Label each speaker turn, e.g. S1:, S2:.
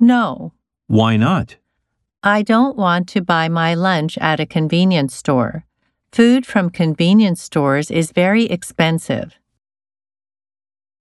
S1: No,
S2: Why not?
S1: I don't want to buy my lunch at a convenience store. Food from convenience stores is very expensive.